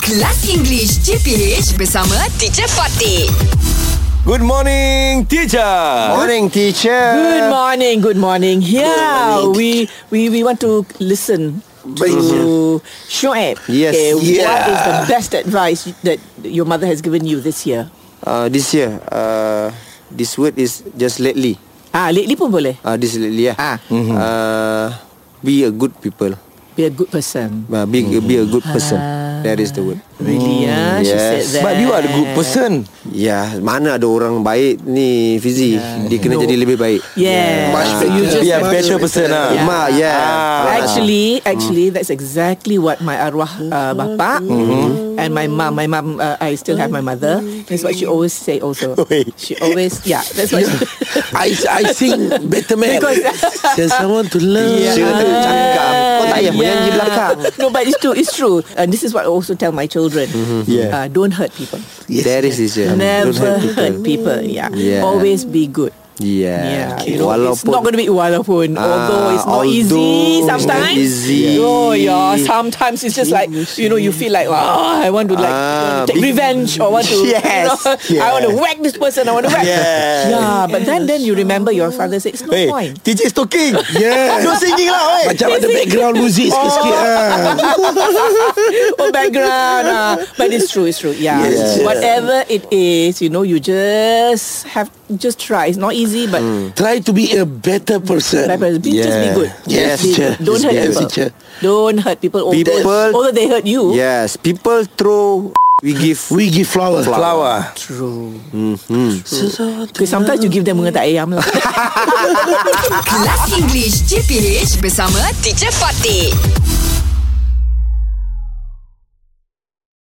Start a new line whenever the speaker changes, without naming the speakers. Kelas English CPH bersama Teacher Fatih.
Good morning, teacher.
Morning, teacher.
Good morning, good morning. Yeah, we we we want to listen to Shoaib.
Yes.
Okay, What
Yeah.
is the best advice that your mother has given you this year?
Uh, this year, uh, this word is just lately.
Ah, lately pun boleh.
Uh, this lately, yeah.
Ah.
Uh, be a good people.
Be a good person.
Uh, be, be a good person.
Ah.
That is the word.
Really, ah, she
yes.
said that.
But you are the good person.
Ya, yeah, mana ada orang baik ni Fizi. Yeah. Dia kena
No.
no. jadi lebih baik.
Yeah.
Much
So
better.
Ya. you just
Be a better person lah.
Yeah. Ma, yeah.
Ah.
Actually, actually, that's exactly what my arwah uh, bapa and my mum. My mum, uh, I still have my mother. That's what she always say. Also,
Wait.
she always, yeah, that's what. She,
I I sing better man.
Because-
There's someone to love.
Yeah. Sure tu cakap. Kau tak payah menyanyi belakang.
Ah. no, but it's true. It's true. And this is what I also tell my children.
Mm-hmm. Yeah.
Uh, don't hurt people.
Yes. That is teacher.
Never
Don't hurt people.
hurt people. Yeah.
Yeah.
Always be good.
Yeah.
Yeah, you know, it's not going to be walaupun.
Ah,
although it's not
although
easy
it's not
sometimes.
easy.
Oh yeah, sometimes it's just like you know you feel like oh I want to like
Ah,
take
be-
revenge or want to you
Yes,
know, I want to
yes.
whack this person. I want to whack.
Yes.
Yeah, but then then you remember your father said it's no
Hey,
point.
teacher is talking. Yeah. no singing lah, weh.
Macam ada background music sikit-sikit. ah.
oh background ah. but it's true it's true yeah
Yes.
whatever it is you know you just have just try it's not easy but
Try to be a better person.
but be- just be
Hmm. Yeah.
good
Yes,
Just be
teacher.
good. don't
Yes,
hurt
yes,
people
teacher.
don't hurt people although,
People-
although they hurt you
Yes, people throw we give
We give flowers.
Flower.
true
Sesuatu
because sometimes you give them mengetak ayam lah
Kelas English CPH bersama Teacher Fatih.